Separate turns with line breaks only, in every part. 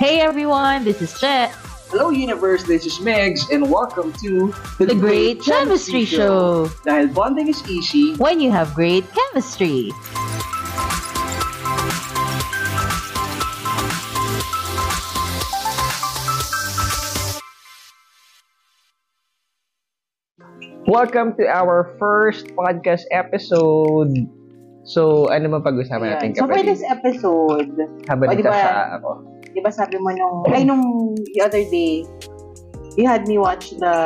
Hey everyone, this is Chet,
Hello Universe, this is Megs, and welcome to
the Great Chemistry Show.
Dahil bonding is easy,
When you have great chemistry.
welcome to our first podcast episode. So, ano man pag-usapan natin
Ayan. So, for
kapatid?
this episode,
Habang
O, di ba?
nagsasaka ako.
di ba sabi mo nung, ay nung the other day, you had me watch the,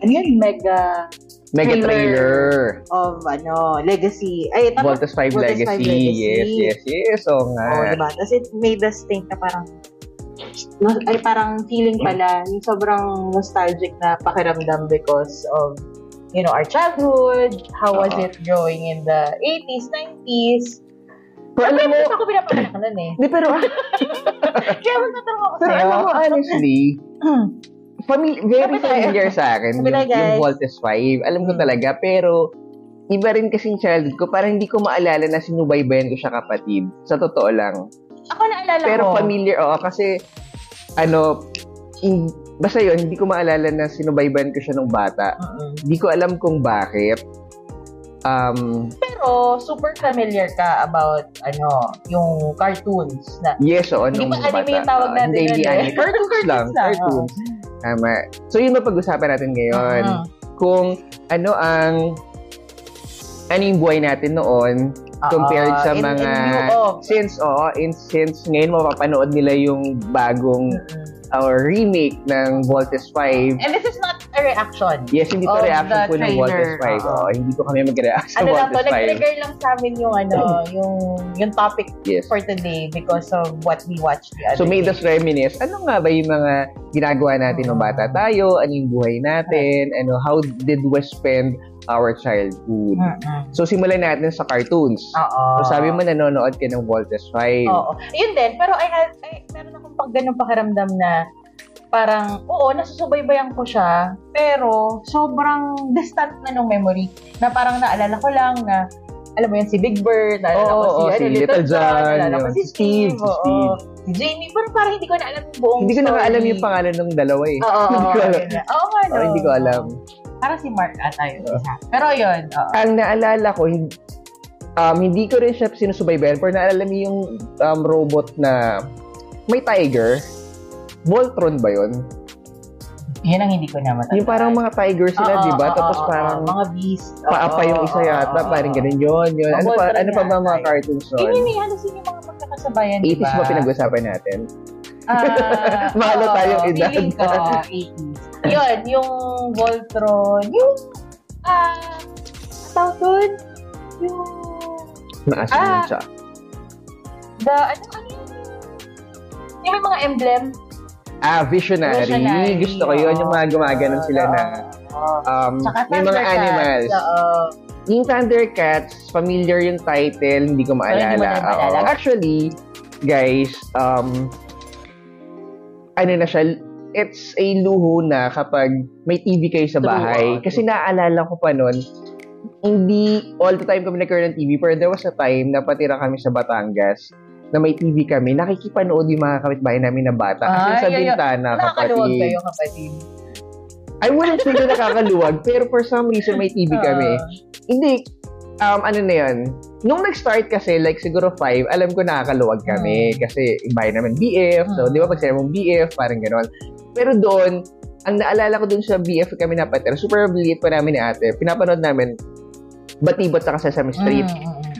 ano yun, mega
Mega
Trailer.
trailer.
of, ano, legacy. Ay, tama.
Voltas 5
Voltas
Legacy.
5 Legacy.
Yes, yes, yes. So
Oh,
nga.
diba? Tapos it made us think na parang, no, ay parang feeling pala, yung sobrang nostalgic na pakiramdam because of, you know, our childhood, how was
Oo.
it growing in the 80s, 90s.
Pero alam mo,
Ako pinapakanak na eh.
di pero,
Kaya magtatanong ako
pero
sa'yo.
alam mo, honestly, famil- very
Sabi tayo.
familiar sa akin
Sabi
yung,
tayo, guys.
yung Voltes 5. Alam ko
Mm.
talaga, pero iba rin kasing childhood ko. Parang hindi ko maalala na sinubaybayan ko siya kapatid. Sa totoo lang.
Ako naalala
Pero
ko.
familiar, oo. Kasi, ano, in, basta yun, hindi ko maalala na sinubaybayan ko siya nung bata.
Mm-mm.
Hindi ko alam kung bakit. Um,
Pero super familiar ka about ano, yung cartoons na
yes, oo,
Hindi
nung
ba anime
bata.
yung tawag
Oo,
natin?
Hindi, hindi
ano eh?
anime. Cartoons lang.
lang, oo.
Cartoons. Tama. So, yun ang pag-usapan natin ngayon.
Mhm.
Kung ano ang ano yung buhay natin noon compared
Oo,
sa
in-
mga
in view of.
since oo in since ngayon mapapanood nila yung bagong
Mm-mm.
or remake ng Voltes 5
And this is not a reaction.
yes hindi to
Of
reaction
the
po ng Voltes
trailer,
5
oo.
Oo, hindi po kami mag-react sa
Ano lang to,
Voltes
nag-trigger lang sa amin yung
Mm-hmm.
ano, yung yung topic
5 yes
for today because of what we watched the
So
other
made
day.
us reminisce, ano nga ba yung mga ginagawa natin nung bata tayo, ano yung buhay natin, ano, how did we spend our childhood.
Mm-mm.
So simulan natin sa cartoons.
Mm-hmm. Oo.
So sabi mo nanonood ka ng Voltes 5.
Ah. Oo. Yun din, pero I had, I, meron akong pag ganun pakiramdam na parang, oo, nasusubaybayan ko siya, pero sobrang distant na nung memory. Na parang naalala ko lang na, alam mo yun, si Big Bird, naalala ko
Oo, oo,
si, ano,
si Little John,
naalala ko
yun.
si
Si Steve,
Steve,
si
oo.
Steve.
si Jamie, pero parang hindi ko na alam yung buong
Hindi ko na
story.
alam yung pangalan ng dalawa eh.
Oo,
Hindi
oo,
ko alam.
yun na. oo, nga,
Oo,
no.
hindi ko alam.
Parang si Mark ata yun. isa. Pero yun, oo.
Ang naalala ko, hin- um, hindi ko rin siya sinusubaybayan, pero naalala mo yung um, robot na may tiger. Voltron ba yun?
Yun ang hindi ko na matanda.
Yung parang mga tiger sila,
Oo,
di ba?
oo,
Tapos
oo,
parang
oo, mga beast. Oo,
paapa yung isa
oo,
yata,
oo,
parang
oo.
ganun yun, yun.
Oh,
Ano pa,
Voltron
ano pa ba mga
yata.
cartoons nun?
Anyway, halos yun diba? yung mga magkakasabayan, di
80s ba pinag-usapan natin?
Ah,
Mahalo
oo,
tayong edad.
feeling ko, 80s. Yun, yung Voltron, yung, ah, ang tawag doon, yung,
Naasin yun
Ah.
siya.
the, ano, ano yun? Yung may mga emblem.
Ah, visionary.
Visionary,
Gusto ko yun,
oo.
yung mga gumaganon sila
Oo,
na
oo.
um,
Tsaka
may mga
Thundercats,
animals.
oo.
Yung Thundercats, familiar yung title, hindi ko
Pero hindi mo
maalala.
na maalala.
Oo. Actually, guys, um, ano na siya, it's a luho na kapag may TV kayo sa
True,
bahay.
oo.
Kasi naaalala ko pa nun, hindi all the time kami nagkaroon ng TV, pero there was a time na patira kami sa Batangas na may TV kami, nakikipanood yung mga kapitbahay namin na bata.
Ay,
Kasi sa
ay, ay.
bintana,
Nakakaluwag
kapatid.
kayo, kapatid.
I wouldn't think na nakakaluwag, pero for some reason may TV
Ah.
kami.
Oo.
Hindi, um, ano na yun, nung nag-start kasi, like siguro five, alam ko nakakaluwag
Hmm.
kami kasi iba yun naman BF. So,
Mm.
di ba pag sinabi mong BF, parang gano'n. Pero doon, ang naalala ko doon sa BF kami napatira, super liit pa namin ni ate, pinapanood namin Batibot sa Sesame Street.
Mm, mm, mm.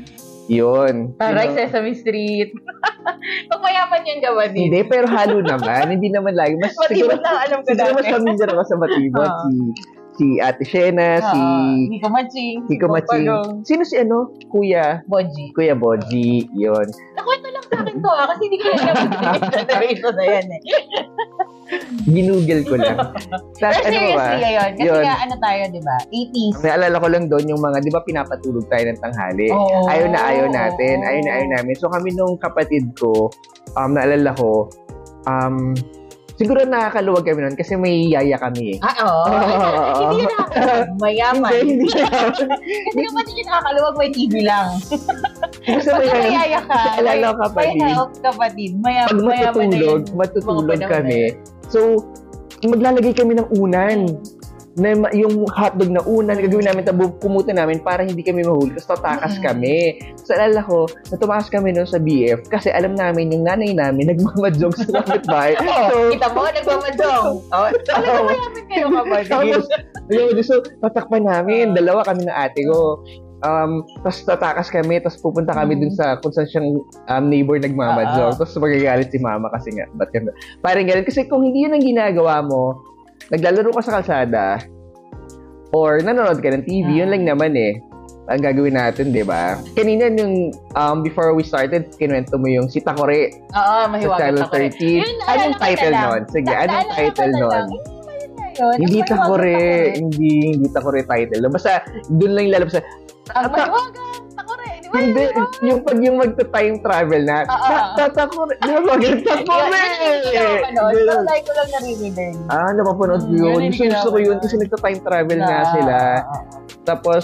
Yun. Yun
Parang like
ang-
Sesame Street. Pag mayaman yan gawa din.
Hindi, pero halo naman. hindi naman lagi. Mas siguro,
Matibot lang alam ko
siguro mas
dati.
familiar ako sa Batibot.
Oo.
si, si Ate Shena, si
Hindi ko matching.
si Kumaching. Sino si ano? Kuya.
Boji.
Kuya Boji. Yun.
Nakwento lang sa akin to ah, kasi hindi ko na alam yung generation na yan eh.
Ginugil ko lang.
Pero
Tapos ano ba?
seriously, ayun. Kasi
Yun.
nga, ano tayo, di ba? 80s.
Naalala ko lang doon yung mga, di ba pinapatulog tayo ng tanghali?
Oo.
Ayaw na ayaw natin.
Oo.
Ayaw na ayaw namin. So kami nung kapatid ko, um, naalala ko, um, Siguro nakakaluwag kami nun kasi may yaya kami eh.
Ah, oo.
Oo.
hindi yun nakakaluwag. Mayaman.
Hindi, hindi.
Kasi kapag hindi yun nakakaluwag, may TV lang.
Basta may
Pag
yaya.
mayaya ka, may,
Alala ko,
may
kapatid.
help, kapatid. Maya,
Pag
mayaman na yun.
matutulog, matutulog
Mga panahon
kami. So, maglalagay kami ng unan. Na ma- yung hotdog na unan, gagawin namin tabo, kumuta namin para hindi kami mahuli. Tapos tatakas
Mm.
kami. So, alala ko, natumakas kami noon sa BF kasi alam namin yung nanay namin nagmamadjog sa kapitbahay.
Oh,
so,
kita mo, nagmamadong. Oh, talaga mayaman kayo, kapatid.
Tapos, ayun, so, tatakpan namin. Dalawa kami ng ate ko. Um, tapos tatakas kami, tapos pupunta kami dun sa kung saan siyang um, neighbor nagmamadjog.
Oo.
Tapos magagalit si mama kasi nga, ba't ka na? Parang ganun. Kasi kung hindi yun ang ginagawa mo, naglalaro ka sa kalsada, or nanonood ka ng TV, yun
Mm.
lang naman eh. Ang gagawin natin, di ba? Kanina yung, um, before we started, kinuwento mo yung si Takore
Oo,
sa Channel
mahiwagan ako.
13.
Yun,
anong
naalala ko na
title
lang.
nun? Sige,
Na-
anong
naalala ko
title
na
nun?
lang. Ayun,
Hindi
ang
ta
mahiwagang
kore,
takore.
hindi, hindi ta kore title. Basta, doon lang lalabas na,
Ang
Ata-
mahiwagan, takore. Di ba
hindi,
yun?
yung pag yung magta-time travel na,
Oo.
tatakore, napagin
Yun,
takore!
yun yung hindi ko mapanood. Pero like ko lang narinig.
Ah, napapanood ko
Mm, yun,
yun.
hindi
Gusto,
ko
gusto ko yun kasi nagta-time travel nga sila. Tapos,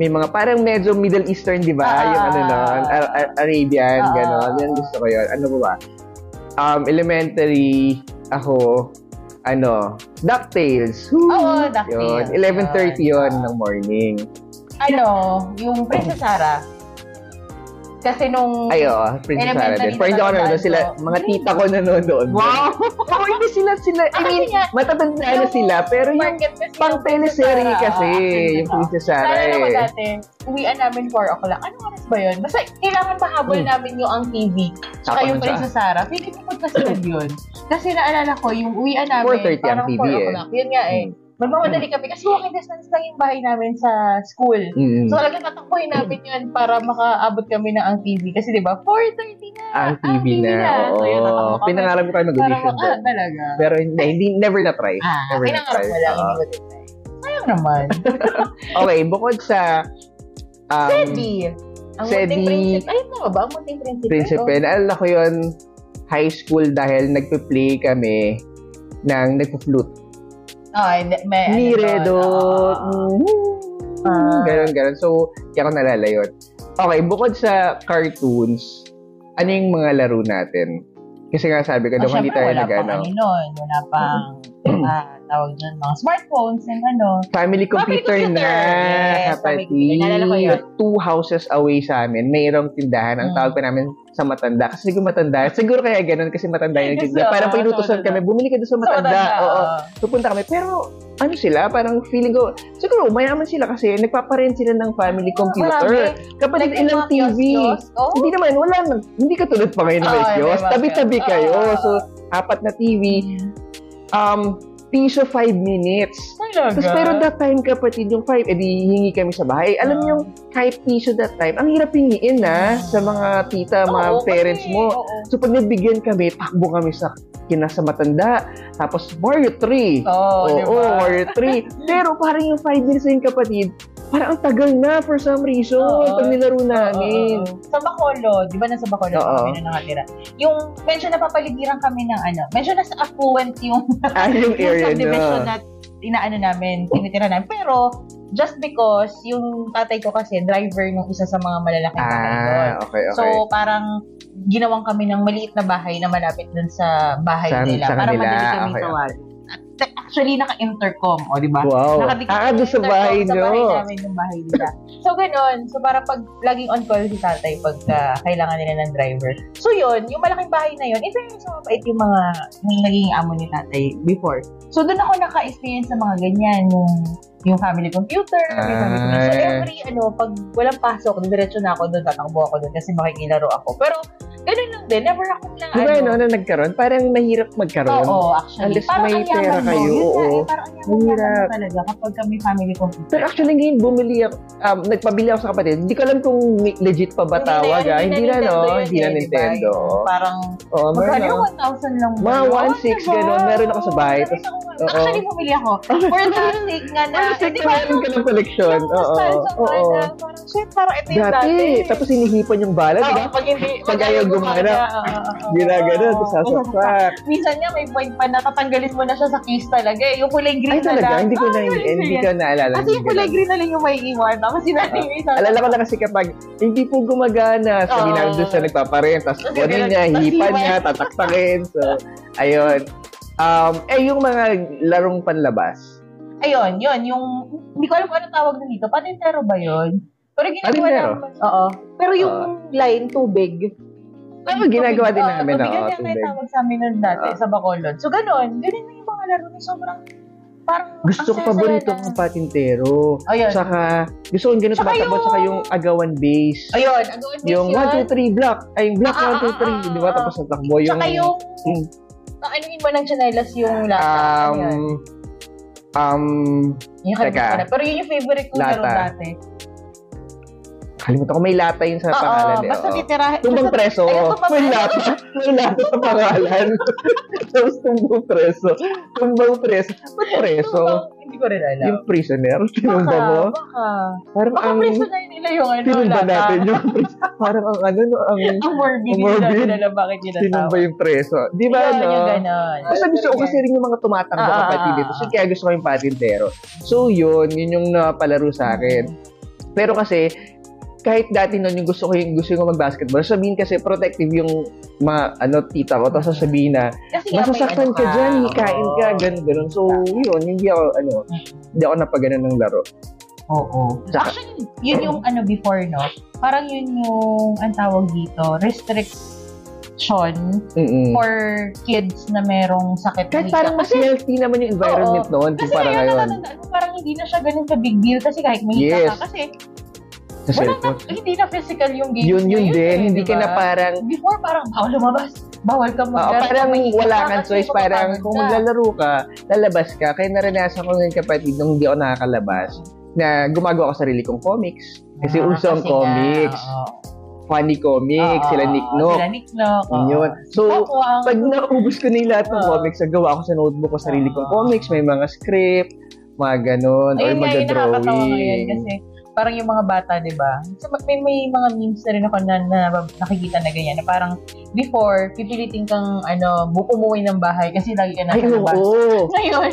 may mga parang medyo Middle Eastern, di ba?
Ah.
yung ano nun, Ar- Ar- Arabian,
Ah.
gano'n. Yan gusto ko yun. Ano ba ba? Um, elementary, ako, ano, DuckTales. Woo!
Oo, DuckTales. Ah,
Yun, 11.30 yun
Yun.
ng morning.
Ano, yung Princess Sarah. Kasi nung...
Ay, oo, Princess Sarah
Elementary
din. Pero hindi ako nanonood sila,
ko.
mga tita ko nanonood.
Wow!
Oo, hindi sila, sila, I
Actually
mean,
nga,
matatanda na sila, pero yung
market kasi
pang
yung ah, Princess
teleserye
Sarah,
kasi,
oo, Princess
yung Princess Sarah
Naalala ko
eh.
dati, uwian namin 4 o'clock. Anong oras ba yun? Basta kailangan pahabol
Hmm.
namin yung ang TV. Tsaka
Tapos
yung
sa-
Princess Sarah. Feeling ko magkasunod yun. Kasi naalala ko, yung uwian namin,
4:30 ang
parang
TV
4
eh.
o'clock. Yun nga eh.
Mm.
Magmamadali kami kasi walking distance lang yung bahay namin sa school.
Mm.
So talagang tatakbuhin namin yun para makaabot kami ng ang TV. Kasi di ba 4.30 na.
ang TV na.
Ah, So yun, tatakbo
Oo.
kami.
Pinangarap ko tayo
Parang,
mag-audition
ah,
doon.
talaga.
Pero hindi, hindi never na-try.
Ah,
never
pinangarap mo
na-try.
lang.
Oo.
Hindi ko tinry. eh. Sayang naman.
Okay, bukod sa um,
Sedi. Ang
Sedi.
munting prinsipe. Ay, tama ba? Ang munting prinsipe.
Prinsipe,
Oh.
naalala ko yun high school dahil nagpe-play kami ng nagpo-flute.
Oh, and may ano
Ni
doon,
Redo.
oo. Ah.
mm-hmm. Ganon, ganon. So, hindi ako nalala yun. Okay, bukod sa cartoons, ano yung mga laro natin? Kasi nga sabi ko,
Oh,
daw hindi
syempre,
tayo Mm.
wala pang
nag-ano.
ano nun. Wala pang ah, tawag dyan, mga smartphones and ano.
Family computer,
computer.
na,
Yes, family computer. Naalala ko yun.
Two houses away sa amin, mayroong tindahan. Ang
Mm.
tawag pa namin sa matanda. Kasi siguro matanda. Siguro kaya ganun kasi matanda yung
Ay,
tindahan.
gusto,
Parang pinutusan
sa matanda.
kami, bumili ka doon sa
Sa
matanda. Oo.
oo.
Pupunta kami. Pero ano sila, parang feeling ko, siguro mayaman sila kasi nagpaparent sila ng family
Ah,
computer.
marami.
Kapag
Like,
ilang
yung mga
TV.
kiosk, oh.
Hindi naman, wala nang, hindi katulad pa ngayon ng
Oo,
mga
may
kiosk.
mga
Tabi-tabi
kiosk.
kayo.
Oo. Mm.
So, apat na TV. Um, piso five minutes.
Talaga.
Tapos pero that time kapatid, yung 5, edi hingi kami sa bahay. Alam
Ah.
niyo, yung kahit piso that time, ang hirap hingiin na sa mga tita, mga
Oo,
parents
kasi,
mo.
oo.
So pag nabigyan kami, takbo kami sa kinasa matanda. Tapos Mario 3.
Oo,
Oo,
diba? di ba?
Mario 3. pero parang yung 5 minutes na yung kapatid, parang ang tagal na for some reason.
Oo.
pag nilaro
Oo.
namin.
Sa Bacolod, di ba nasa Bacolod
Oo.
kami na nakatira? Yung, medyo napapaligiran kami ng ano, medyo nasa affluent yung,
Ah, yung area
subdivision
na.
na inaano namin, tinitira namin. Pero, just because, yung tatay ko kasi, driver nung isa sa mga malalaking tatay doon.
Ah, okay, okay.
So, parang ginawang kami ng maliit na bahay na malapit dun sa bahay
Sa-
nila.
sa
para
kanila.
madali kami
Okay,
tawagin. At Actually, naka-intercom. O, diba? di ba?
wow.
Nakadikit
Ah,
kami
doon sa
intercom
bahay
Sa bahay
nyo.
namin yung bahay nila. so, ganun. So, para pag laging on call si tatay pag ah, kailangan nila ng driver. So, yun. Yung malaking bahay na yun, in fairness, mabait yung mga yung naging amo ni tatay before. So, doon ako naka-experience sa mga ganyan. Yung, yung family computer, yung family computer. So,
Ah.
every, ano, pag walang pasok, diretso na ako doon, tatakbo ako doon kasi makikilaro ako. Pero, ganun lang din. Never ako lang,
Di ba yun, ano, nagkaroon? Parang mahirap magkaroon.
Oo, actually.
Unless may
ang yaman
pera
mo.
kayo,
Yun nga
oo.
eh, parang ang yaman
Mahirap.
mo talaga kapag kami family computer.
Pero actually ngayon bumili ako, um, nagpabili ako sa kapatid. Hindi ko alam kung may- legit pa ba tawag ah. Hindi na no,
eh,
hindi na Nintendo. Oh,
Parang,
Oo, meron
magkano
ako.
1,000 lang
Mga
yun?
1,600
Diba?
ganun. Meron ako sa bahay.
Meron
Tapos,
ako nga.
oo.
Actually, bumili ako. For the sake nga na,
Ano sa
hindi
na
ba
meron ka ng collection?
yung ah.
Oo,
nostalgia ko
oo.
na parang, shit, parang ito yung
Dati, tapos hinihipan yung bala, di
Oo,
ba?
pag hindi,
Pag ayaw gumanap. Ginagano, tapos sasasak.
Minsan niya may point pa na tatanggalin mo na siya sa kiss talaga. eh. Yung kulay green
Ay talaga,
na lang.
hindi ko na,
Ah, ganun
hindi
yan.
ko naalala.
Kasi
hindi
yung
ko
kulay
na-
green na lang yung may iwan. Tapos sinabi mo isa.
Ah. Alala ko lang kasi kapag hindi po gumagana, sabi
Oo.
namin doon sa nagpaparent, tapos
Kasi
kunin
ganun,
niya,
tapos
hipan
hiwan.
niya, tataktakin. So, ayun. Um, eh, yung mga larong panlabas.
Ayun, yun. Yung, hindi ko alam kung ano tawag na dito. Panintero ba yun? Pero ginagawa
Panintero?
namin. Oo. Pero yung line, tubig.
Oo, ginagawa din namin,
Oo, tubigan
oo, Ah.
yung may
tubig.
tawag sa amin nun dati,
Oo.
sa Bacolod. So, ganun. Ganun na yung mga laro na sobrang, parang,
Gusto ko
ang
paborito
saya-saya
ang
na.
patintero.
Ayun.
Saka, gusto kong ganun
Saka
tumatakbo,
yung-
saka yung agawan base.
Ayun, ang gawin mo
Yung 1, 2, 3, block. Ay, yung block
Ah,
1,
ah, ah, ah,
2, 3. Di ba?
ah.
Tapos natakbo yung...
Tsaka yung,
Hmm.
na anuin mo ng chanelas yung lata.
Um,
Ayun.
um,
Yung kalimutan
teka.
ko na. Pero yun yung favorite kong laro
Lata.
dati.
kalimutan ko, may lata yun sa
Oo,
pangalan. eh,
Ah, basta
oo.
titirahin.
Tumbang preso.
Ayun,
Oh.
tumbang
May
preso.
lata. May lata sa pangalan. Tapos tumbang preso. Tumbang preso. Ba't preso?
Hindi ko rin alam.
Yung prisoner. Tinumba mo.
Baka, baka.
Parang
Baka
ang...
preso na yun nila yung ano,
Tinumba
lata.
natin yung prisoner. Parang ang ano, no, ang...
Ang morbid
Ang
nila
morbid.
nila na bakit nila
Tinumba yung preso. Di ba,
Yun,
ano?
yung ganon.
Basta gusto ko oh, kasi rin yung mga tumatanggo
Ah, ah,
kapatid
ah,
dito. So,
ah.
kaya gusto ko yung patintero. So, yun. Yun yung napalaro sa akin. Pero kasi, kahit dati noon yung gusto ko yung gusto ko mag-basketball, sabihin kasi protective yung mga, ano, tita ko. Tapos sasabihin na,
Kasi nga may
masasaktan
ano
ka dyan,
oo.
hikain ka, ganun, ganun. So, yun, hindi ako, ano, hindi ako napagano ng laro.
Oo.
Tsaka-
Actually, yun yung ano before, no? Parang yun yung, ang tawag dito, restriction
Mm-mm.
for kids na merong sakit.
Hmm. Kahit
na
parang
hika.
mas healthy naman yung environment
Oo.
noon
Kasi ano,
kumpara
ngayon,
ngayon.
natatandaan ko, parang hindi na siya ganun ka big deal kasi kahit may hika
Yes.
ka. Kasi
Sa
wala na,
cellphone.
hindi na physical yung games
Yun, yun
ngayon eh,
din. Hindi
di
ka na
ba?
parang,
Before, parang bawal lumabas. Bawal ka
Oo,
mag
parang wala kang
Ah, kasi
choice. Parang
mapapagod
kung
ka.
maglalaro ka, lalabas ka. Kaya naranasan ko ng kapatid nung hindi ako nakakalabas na gumagawa ko sarili kong comics. Kasi
Ah,
uso ang
kasi nga,
comics,
oo.
funny comics,
Oo,
sila Nick Nook.
Sila Niknok. oo.
Yun. So,
Ako ang-
pag naubos ko na yung lahat ng
Oo.
comics, nagawa ko sa notebook ko sarili kong
Oo.
comics, may mga script, mga ganun, or
Ayun nga, yung nakakatawa ngayon
magdadrawing.
kasi parang yung mga bata, di ba? So, may, may mga memes na rin ako na, na nakikita na ganyan. Na parang before, pipilitin kang ano, bu- umuwi ng bahay kasi lagi ka
Ay,
nasa labas.
oo.
Ngayon,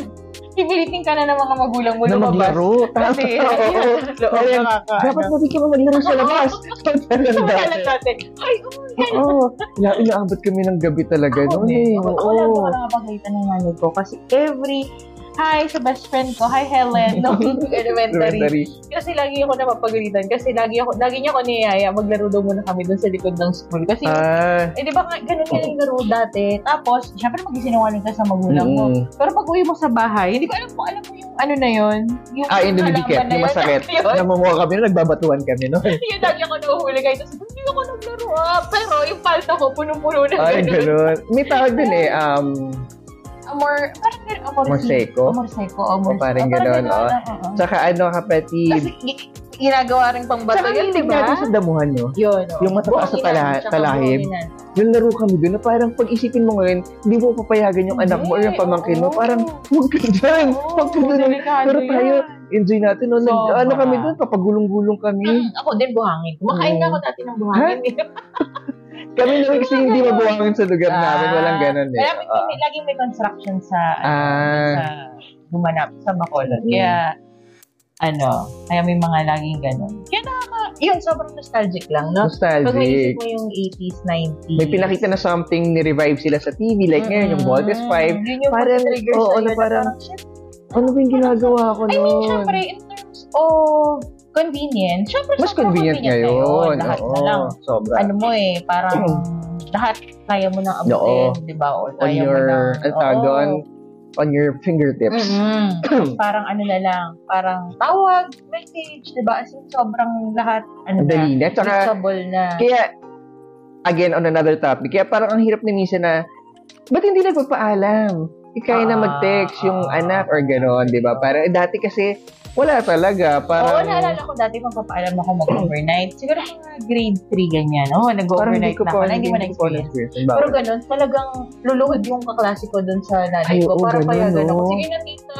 pipilitin ka na ng mga magulang mo
Na
lumabas.
maglaro. Tama.
Kasi,
Oo. Kaya,
ayun,
Dapat
nakaka-
mabigyan mo maglaro sa labas.
ano.
Ganun
Kamalan
dati.
natin. Ay,
Oo. Ina- Inaabot kami ng gabi talaga
Ako
noon
din.
eh.
Ako, ako lang
Oo.
ako nakapagkita ng nanay ko kasi every Hi sa best friend ko. Hi, Helen. No, elementary.
Elementary.
Kasi lagi ako napapagalitan. Kasi lagi ako, lagi niya ako niyaya. Maglaro daw muna kami dun sa likod ng school. Kasi,
Ah.
eh, di ba, nga, ganun nga yung laro dati. Tapos, syempre magisinungaling ka sa magulang mo.
Mm.
Pero pag uwi mo sa bahay, hindi ko alam kung alam mo yung ano na yun. Yung
Ah, yung dumidikit,
kalaban na
yung
yun.
masakit.
Yun.
Namumuha kami, nun, nagbabatuan kami, no?
Yun, lagi ako nahuhuli kayo. Tapos, hindi ako naglaro ah. Pero yung palta ko, punong-puno na
Ay,
ganun.
ganun. May tawag din eh, um,
Amor, parang ganun. Amor,
Morseco?
Morseco,
O,
amor.
parang ganun, oh. Tsaka ano, kapatid,
Kasi gi- ginagawa rin pang bato
Tsaka
yun, di
yung
ba?
natin sa damuhan, no?
Yun, oh.
Yung mataas na tala-
Buhangin, tsaka
talahib.
buhanginan.
Yung laro kami doon, na parang pag isipin mo ngayon, hindi mo papayagan yung anak mo or yung
Hindi,
pamangkin mo.
oo.
Parang, huwag ka dyan!
Oo,
Huwag ka dyan!
delikado
Pero
yun.
tayo, enjoy natin. No? Nag,
Sobra.
ano kami doon, papagulong-gulong kami.
Mm, ako din buhangin. Kumakain na ako
Hmm.
dati ng buhangin.
Kami naman kasi hindi mabuhangin sa lugar namin.
Ah,
Walang ganun eh.
Kaya may, may, laging may construction sa,
Ah.
sa gumanap, sa Bacolod.
Mm.
Kaya, ano, kaya may mga laging ganun. Kaya nakaka, yun, sobrang nostalgic lang,
Ah,
no? Pag
nostalgic.
naisip mo yung 80s, 90s.
May pinakita na something, ni-revive sila sa TV. Like ngayon, yung Voltes 5.
Hmm, Yun yung
Parang,
trigger
oo,
sa'yo
na parang,
shit.
Ano ba yung ginagawa ko
I mean,
noon?
syempre, in terms of convenience, syempre,
Mas
sobrang
convenient ngayon.
Lahat
Oo,
na lang.
sobra.
Ano mo eh, parang lahat kaya mo nang
Oo.
abutin, di ba?
on
O kaya
your,
mo nang,
ano tawag
oo.
doon? On your fingertips.
Mm-mm. parang ano na lang, parang tawag, message, di ba? As in, sobrang lahat, ano
Ang
na,
dali na. Tsaka,
reachable na.
Kaya, again, on another topic, kaya parang ang hirap na minsan na, ba't hindi nagpapaalam? Ikaya na
Ah,
mag-text yung
ah.
anak or gano'n, di ba? Parang, eh, dati kasi, wala talaga.
Oo,
Parang,
naalala ko dati magpapaalam ako mag-overnight. Siguro mga grade 3 ganyan. Oo,
parang hindi
nag-overnight
ko
na ako.
pa,
na Hindi mo
ko
na-experience.
na-experience.
Pero
Bakit?
ganun, talagang luluhod yung kaklase ko dun sa
Ay,
nanay ko.
oo,
Parang
ganun,
payagan ako.
no?
Sige na, tita.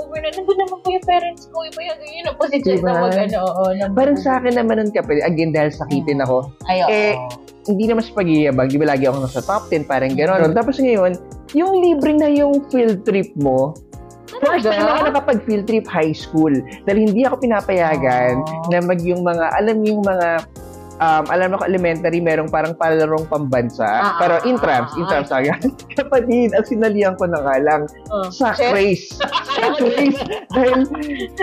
Over na, nandun naman po yung parents ko, iba yun, yun ang position
Diba?
na mag, ano, oo. na mag-
Parang sa akin naman nun, kapatid, again, dahil sakitin
Hmm.
ako,
Ay, oo.
eh, hindi naman sa pagyayabag, di ba lagi ako nasa top 10, parang gano'n. Tapos ngayon, yung libre na yung field trip mo,
Ano
First time ako nakapag-field trip high school. Dahil hindi ako pinapayagan
Aww.
na mag yung mga, alam yung mga, um, alam ako elementary, merong parang palarong pambansa.
Ah,
pero
ah,
intrams,
ah,
intrams talaga. Kapatid, ang sinalihan ko na nga lang,
Oh.
sack
Chef?
race. Sack race. Dahil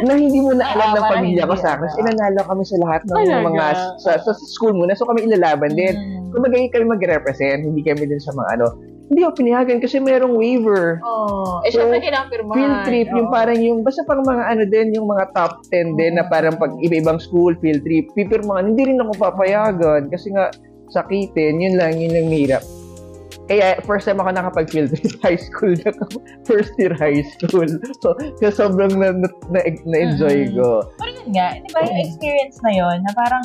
na hindi mo na alam
Ah,
ng
parang
pamilya ko
hindi
sa race.
alam.
Inanalo kami sa lahat ng
Talaga?
mga, sa, sa school muna. So kami ilalaban din.
Mm.
Kumbaga, hindi kami mag-represent, hindi kami din sa mga ano. Hindi ako pinayagan kasi merong waiver
Oh, eh,
So,
syempre, kinapirmahan.
field trip, yung
Oo.
parang yung, basta pang mga ano din, yung mga top 10 din na parang pag iba-ibang school, field trip, pipirmahan, hindi rin ako papayagan kasi nga sakitin, yun lang, yun ang hirap. Kaya first time ako nakapag field trip high school, naka- first year high school. So, kaya sobrang na, na, na-
Mm-hmm.
na-enjoy ko.
Pero yun nga, di ba yung
Mm.
experience na yun, na parang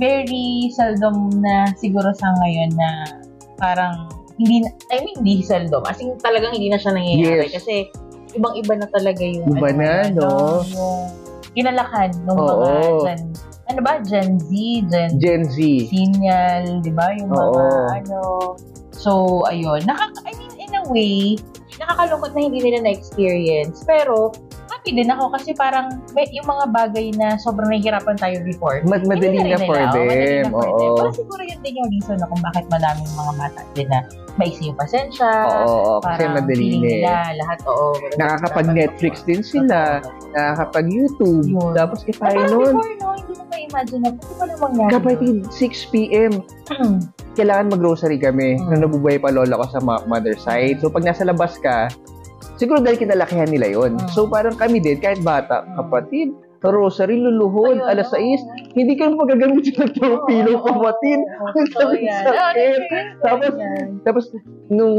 very seldom na siguro sa ngayon na parang hindi na, I mean, hindi seldom. As in, talagang hindi na siya nangyayari.
Yes.
Kasi, ibang-iba na talaga yung,
Iba na,
ngayon,
no?
Yung ginalakan ng mga
Oo.
Gen, ano ba, Gen Z, Gen
Gen Z.
signal, di ba? Yung mga
Oo.
ano. So, ayun. Naka, I mean, in a way, nakakalungkot na hindi nila na-experience. Pero, happy din ako kasi parang may, yung mga bagay na sobrang nahihirapan tayo before.
Mad madali
hindi
na
rin
for
nila, oh,
them.
madali na for them.
Oo.
Pero siguro yun din yung reason na kung bakit madaming mga bata din na maiksi yung pasensya.
Oo, kasi
parang
madali
feeling
na eh.
nila lahat, oo.
Nakakapag-Netflix din sila, nakakapag-YouTube,
Yun.
tapos eh tayo
Parang
nun.
before, no, hindi mo ma-imagine na pwede pala mangyari.
Kapatid, 6 p.m. kailangan mag-grocery kami
Mm.
nung nabubuhay pa lola ko sa ma- mother side. So, pag nasa labas ka, siguro dahil kinalakihan nila yon
Mm.
So, parang kami din, kahit bata,
Mm.
kapatid, grocery, luluhod,
Ayun,
alas
oo.
6, hindi ka magagamit sa
Oo,
pilo,
oo,
kapatid.
oo,
Ang
totoo
sakit
yan.
sa
Oo,
akin.
na-experience ko
Tapos,
yan.
Tapos, nung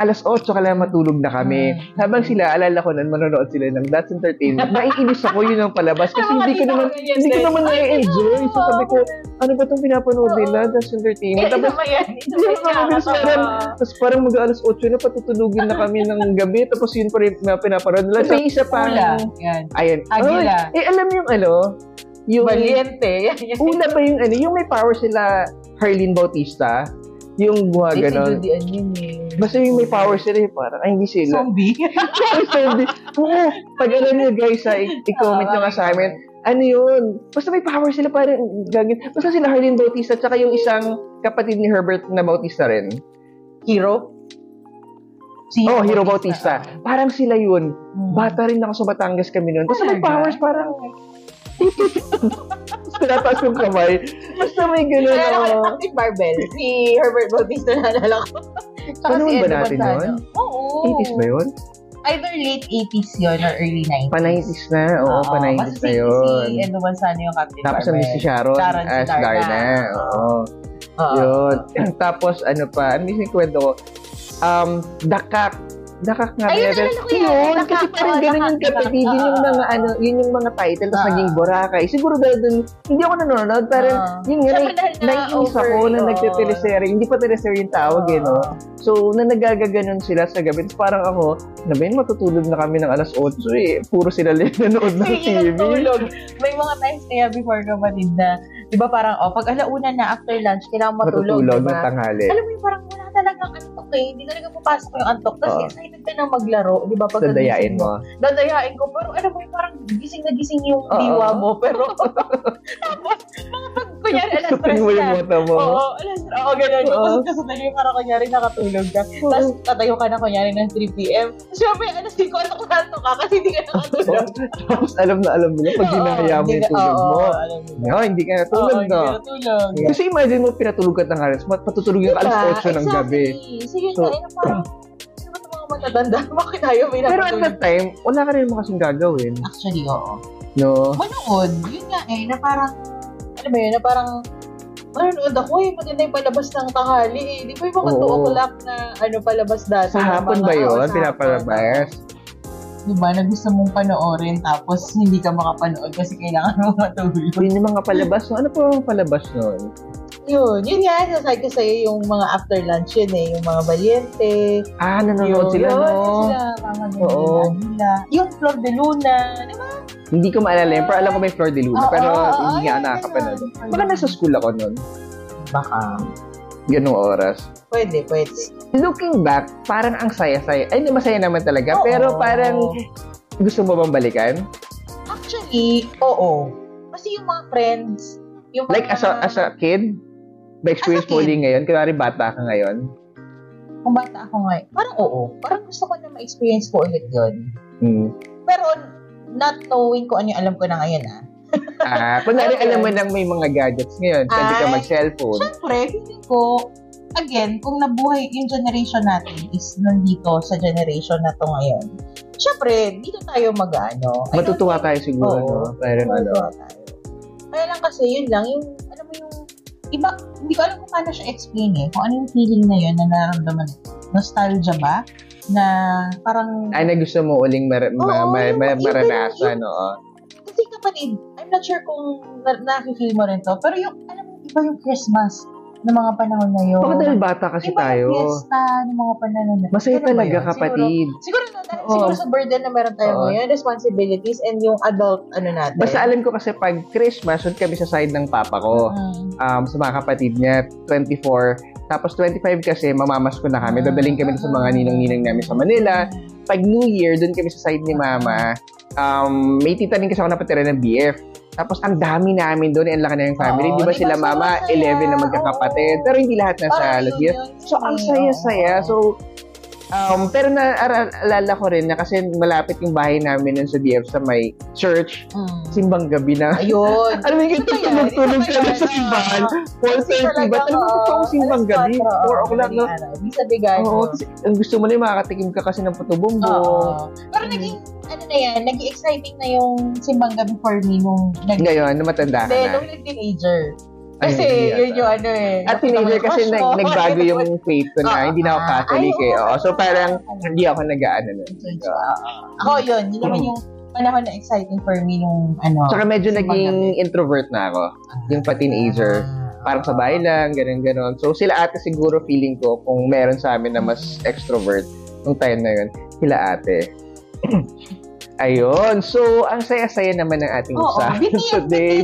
alas 8, kailangan matulog na kami.
Mm.
Habang sila, alala ko nun, manonood sila ng That's Entertainment. Naiinis ako yun ang palabas kasi
Ay, mga
hindi ko
tita
naman,
ko ganyan
hindi ko
din.
naman na-enjoy. So, sabi ko, ano ba itong pinapanood
Oo.
nila? That's
Eh,
Entertainment.
Ito
Tapos,
ba yan? Ito
Hindi
ba yan?
naman mabilis
Oo.
meron. Tapos parang mag-alas 8 na, patutulugin na kami ng gabi. Tapos yun pa rin na pinapanood nila. May isa pa.
Pula. Ah, Yan.
Ayun.
Agila.
Ay, eh, alam mo yung ano? Yung,
Valiente. Yan, yan.
una ba yung ano? Yung may power sila, Harleen Bautista. Yung buha
Eh, si
ganon.
Judy Ann yun eh.
Basta yung may power sila, eh, parang, ay, hindi sila.
Zombie.
Ay, sorry. Oo, pag alam niyo, guys, ha, i- i-comment nyo nga sa amin. Ano yun? Basta may power sila, parang gagawin. Basta sila Harleen Bautista, tsaka yung isang kapatid ni Herbert na Bautista rin.
Hero? Si
Oh, Hero Bautista. Parang sila yun.
Hmm.
Bata rin ako sa Batangas kami noon. Basta may
Talaga?
powers parang... Tapos Tinataas yung kamay. Basta may gano'n
Naalala ko lang,
ako.
Captain Barbell. Si Herbert Bautista naalala ko. Ano Tsaka
Panahon
si
ba
Edo
natin
Manzano.
yun?
Oo.
80s ba yun?
Either late 80s yun or early 90s.
Pa-90s na. Oo, pa-90s
basta
na
si-
yun.
Si Edo Manzano yung Captain
Tapos
Barbell.
ano si Sharon
Sharon si
as
Darna.
Darna. Oo.
Oo.
Yun. Tapos ano pa, ano yung kwento ko? Um, dakak. Dakak nga.
Ayun, ano,
meron.
naalala ko yun.
Yun, kasi
Dakak,
parang
oo,
ganun
dakak,
yung kapatid.
dakak,
Yun yung
oo.
mga ano, yun yung mga title. Tapos
Oo.
naging Boracay. Siguro dahil dun, hindi ako nanonood. Parang,
Oo.
yun nga,
Siyempre dahil na
naiinis
over,
ako na
oo.
nagtiteleserye. Hindi pa teleserye yung tawag eh, no? So, na nagagaganon sila sa gabi. Tapos parang ako, na ba yun, matutulog na kami ng alas 8 eh. Puro sila lang nanood ng
Sige,
TV.
tulog. May mga times kaya before kapatid na, di ba parang, oh, pag alauna na after lunch, kailangan matulog,
Matutulog
di
ng
ba?
tanghali.
Alam mo yung parang wala talagang antok eh. Hindi talaga pupasok yung antok. Tapos
Oo.
excited ka na maglaro, di ba? Pag
Dadayain
nagising
mo.
Dadayain ko. Pero alam mo yung parang gising na gising yung
Oo.
diwa mo. Pero tapos, mga pag kunyari, alas
Tutukin
stress
mo yung
na.
mata mo.
Oo, alas Oo, ganun.
Oo.
Tapos kasundan yung parang kunyari nakatulog ka. Tapos tatayo ka na kunyari ng 3 p.m. Siyempre, alas 5 antok na antok ka kasi hindi ka nakatulog.
Tapos alam na alam nila pag ginaya mo yung tulog mo. No, hindi ka natulog
Oo,
no.
hindi natulog.
Kasi imagine mo pinatulog ka ng alas, patutulog ka alas 8 ng gabi.
Diba? Exactly. So yun
So,
na, eh, parang, sino ba itong mga matatanda? Bakit tayo may
Pero ano- at
natutulog?
that time, wala ka rin mo kasing gagawin.
Actually, oo.
No?
Manood, yun nga eh, na parang, ano ba yun, na parang, manonood ako eh, maganda yung palabas ng tanghali eh. Di ba yung mga
Oo.
2 o'clock na ano palabas dati?
Sa
na
hapon
mga-
ba
oo,
yun?
sa hapon.
Pinapalabas?
di ba, na gusto mong panoorin tapos hindi ka makapanood kasi kailangan mo matulog.
Yun yung mga palabas. No? Ano po ang palabas nun?
Yun, yun nga, sinasabi ko sa'yo yung mga after lunch yun eh, yung mga valiente.
Ah, nanonood
yun,
sila,
yun,
no?
Sila, Mama
Oo.
Ganila, Anila. Yung Flor de Luna, di ba?
Hindi ko maalala yun, pero alam ko may Flor de Luna.
Oo,
pero
oo, oo,
hindi nga
yun,
nakakapanood.
yun, yun.
Baka nasa school ako nun.
Baka.
Ganong oras.
Pwede, pwede.
Looking back, parang ang saya-saya. Ay, hindi, masaya naman talaga.
Oo.
Pero parang gusto mo bang balikan?
Actually, oo. Kasi yung mga friends, yung
Like,
mga,
as a, as a kid, ba experience
As a
mo
kid.
din ngayon? Kunwari, bata ka ngayon?
kung bata ako ngayon, parang oo. Parang gusto ko na ma-experience ko ulit yun.
Hmm.
Pero, not knowing ko ano yung alam ko na ngayon ah.
Ah, kunwari,
Okay.
alam mo nang may mga gadgets ngayon. Pwede ka
Ay.
mag-cellphone.
Siyempre, feeling ko, again, kung nabuhay yung generation natin is nandito sa generation na to ngayon. Siyempre, dito tayo mag-ano. I don't
Matutuwa tayo siguro,
Oo.
no? Parang ano.
Tuwa tayo. Kaya lang kasi, yun lang, yung, alam mo yung, iba, hindi ko alam kung paano siya explain eh, kung ano yung feeling na yun na nararamdaman. Nostalgia ba? Na parang,
Ay, na gusto mo uling mar- ma-
Oo,
ma-
yung-
ma-
yung-
maranasan, oo.
kasi kapatid, I'm not sure kung na- nakikil mo rin to, pero yung, alam mo, iba yung Christmas ng mga panahon na yun.
Baka dahil bata kasi
iba
tayo.
yung fiesta ng mga panahon na
Masaya
Ano ba
talaga,
yun?
kapatid.
Siguro, siguro, na, dahil-
Oo.
siguro sa burden na meron tayo
Oo.
ngayon, responsibilities, and yung adult, ano natin.
Basta alam ko kasi pag Christmas, yun kami sa side ng papa ko.
Mm.
Um, sa mga kapatid niya, 24. Tapos 25 kasi, mamamas ko na kami. Dadaling kami sa mga ninong-ninong namin sa Manila. Pag New Year, doon kami sa side ni mama. Um, may tita din kasi ako napatira ng BF. Tapos ang dami namin doon, ang laki na yung family.
Oo,
Di ba
di ba?
sila
So,
mama,
masaya.
11 na magkakapatid. Pero hindi lahat nasa
Parang
Las
yun
Vegas.
yun.
So, ang
Oo.
saya-saya. So, um, pero naaalala ko rin na kasi malapit yung bahay namin nun sa BF sa may church,
Mm.
simbang gabi na.
Ayun.
Alam mo yung
Isa pa yan,
tulog-tulog
isa
ka
pa
na
yan,
sa
oo.
simbahan.
Kasi
4.30 ba?
talagang,
Talagang
oo,
totoong simbang
alas
gabi.
4, oo,
4 o'clock na.
madaling araw. Di sa bigay.
Oo,
Oo.
kasi ang gusto mo na yung makakatikim ka kasi ng puto bumbong.
Oo. Pero naging, ano na yan, naging exciting na yung simbang gabi for me nung nag-
Ngayon, namatanda ka
Hindi,
na.
nung nag-teenager.
Ay,
Kasi
hindi
yun
yata.
yung ano eh.
At
nakita ko
teenager
yung
kasi
crush
nag,
ko.
nagbago yung faith ko na. Hindi na ako
Ah,
Catholic
ay,
eh.
oo.
Oo. So parang hindi ako nag-ano nun.
Teenager, oo. Ako yun, yun naman yung panahon na exciting for me nung ano.
Tsaka medyo
simbang
naging introvert na ako. Yung pa-teenager. Parang sa bahay lang, ganun ganon So sila ate siguro feeling ko kung meron sa amin na mas extrovert nung time na yun, sila ate. Ayun. So, ang saya-saya naman ng ating
Oo,
usapan
bitin.
today,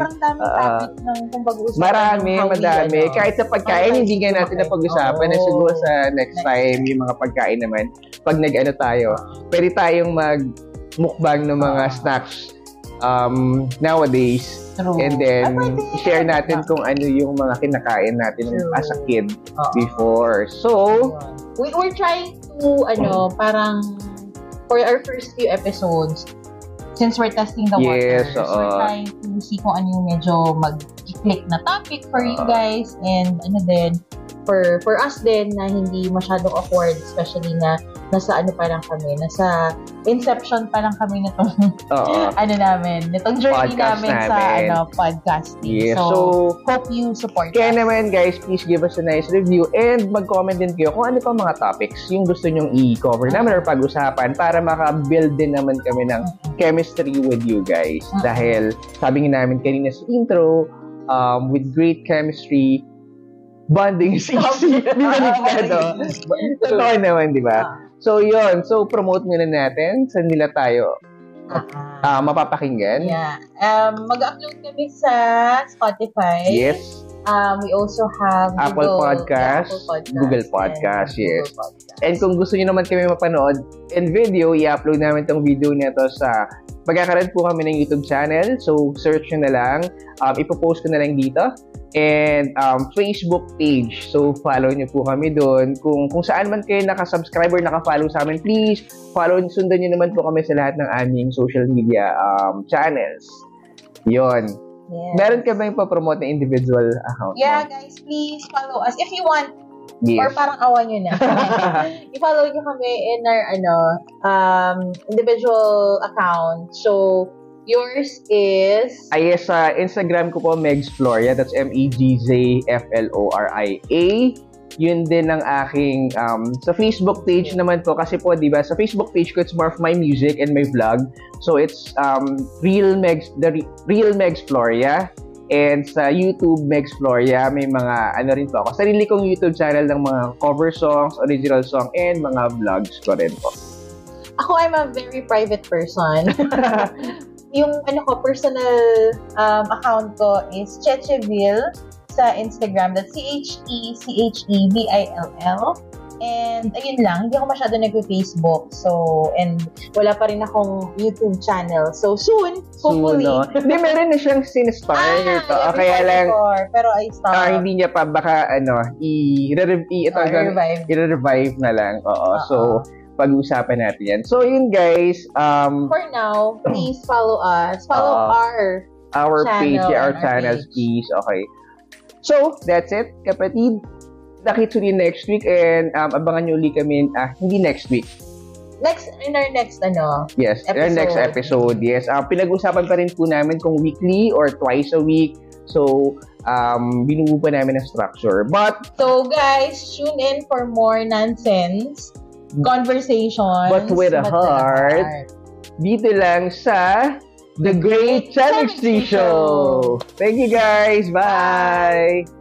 bitin.
Kasi sobrang daming
Oo.
topic ng kung pag-uusapan.
Marami,
ng how we,
madami.
ano.
Kahit sa pagkain,
Pagkain,
hindi nga natin
pagkain.
napag-usapan. Eh,
Oo.
siguro sa next time, yung mga pagkain naman, pag nag-ano tayo, pwede tayong mag-mukbang ng mga
Oo.
snacks um, nowadays.
True.
And then,
Ah, pwede.
share natin kung ano yung mga kinakain natin
True.
as a kid
Oo.
before. So,
We, we're trying to, ano, parang, for our first few episodes, since we're testing the
Yes, uh-huh.
waters, we're
oo.
trying to see kung ano yung medyo mag-click na topic for you
Oo.
guys and ano din, for for us din na hindi masyadong awkward, especially na nasa ano pa lang kami, nasa inception pa lang kami nitong
oo.
ano namin, nitong journey
Podcast
namin, sa
namin.
ano podcasting.
Yes.
So,
So,
hope you support
Kaya
us.
naman guys, please give us a nice review and mag-comment din kayo kung ano pa ang mga topics yung gusto nyong i-cover namin or pag-usapan para maka-build din naman kami ng chemistry with you guys.
Mhm.
Dahil sabi nga namin kanina sa intro, um, with great chemistry, bonding is easy. Di ba Ricardo? Totoo naman, di ba? So yun, so promote muna natin saan nila tayo
Ah,
ah, mapapakinggan.
yeah. Um, mag-upload kami sa Spotify.
Yes.
Um, we also have
Apple
Google,
Podcast,
Apple Podcast,
Google
and
Podcast, yes.
Google Podcast.
And kung gusto niyo naman kami mapanood in video, i-upload namin tong video na to sa magkakaroon po kami ng YouTube channel. So, search nyo na lang. Um, ipopost ko na lang dito. And um, Facebook page. So, follow nyo po kami doon. Kung, kung saan man kayo nakasubscribe or nakafollow sa amin, please follow, sundan nyo naman po kami sa lahat ng aming social media um, channels. Yon.
Yes.
Meron ka ba yung papromote na individual account? mo?
Yeah, guys, please follow us if you want Or
Yes.
parang awan nyo na. I-follow nyo kami in our ano, um, individual account. So, yours is...
Ay, yes, E sa Instagram ko po, Megs Floria. That's M-E-G-Z-F-L-O-R-I-A. yun din ang aking um, sa Facebook page naman po kasi po 'di ba sa Facebook page ko it's more of my music and my vlog so it's um, real Megs the Re- real Megs Floria and sa YouTube Megs Floria may mga ano rin po ako sarili kong YouTube channel ng mga cover songs original song and mga vlogs ko rin po
Ako, I'm a very private person. yung ano ko, personal um, account ko is Checheville sa Instagram. That's E C-H-E-C-H-E-V-I-L-L. And ayun lang, hindi ako masyado nag-Facebook. So, and wala pa rin akong YouTube channel. So, soon, hopefully.
Suno. Hindi, meron na siyang sinistart. o
Ah,
kaya
before,
lang,
before, pero I stopped.
ah, hindi niya pa baka, ano, i- i- i- ito,
Or revive.
i-revive na lang. Oo.
Oo.
So, pag-uusapan natin yan. So, yun guys, um,
For now, please follow us. Follow
Oo.
our
our
channel
page, yeah, our
and our
channels,
page.
please. Okay. So, that's it, kapatid. Nakitsu din next week and um, abangan nyo ulit kami, ah, hindi next week.
next, in our next, ano,
Yes, our
Episode.
next episode. Yes, Ah, pinag-usapan pa rin po namin kung weekly or twice a week. So, um, binuo pa namin ang structure. But,
So guys, tune in for more nonsense conversations.
But with a heart. dito lang sa The Great Chemistry Show. Thank you guys. Bye.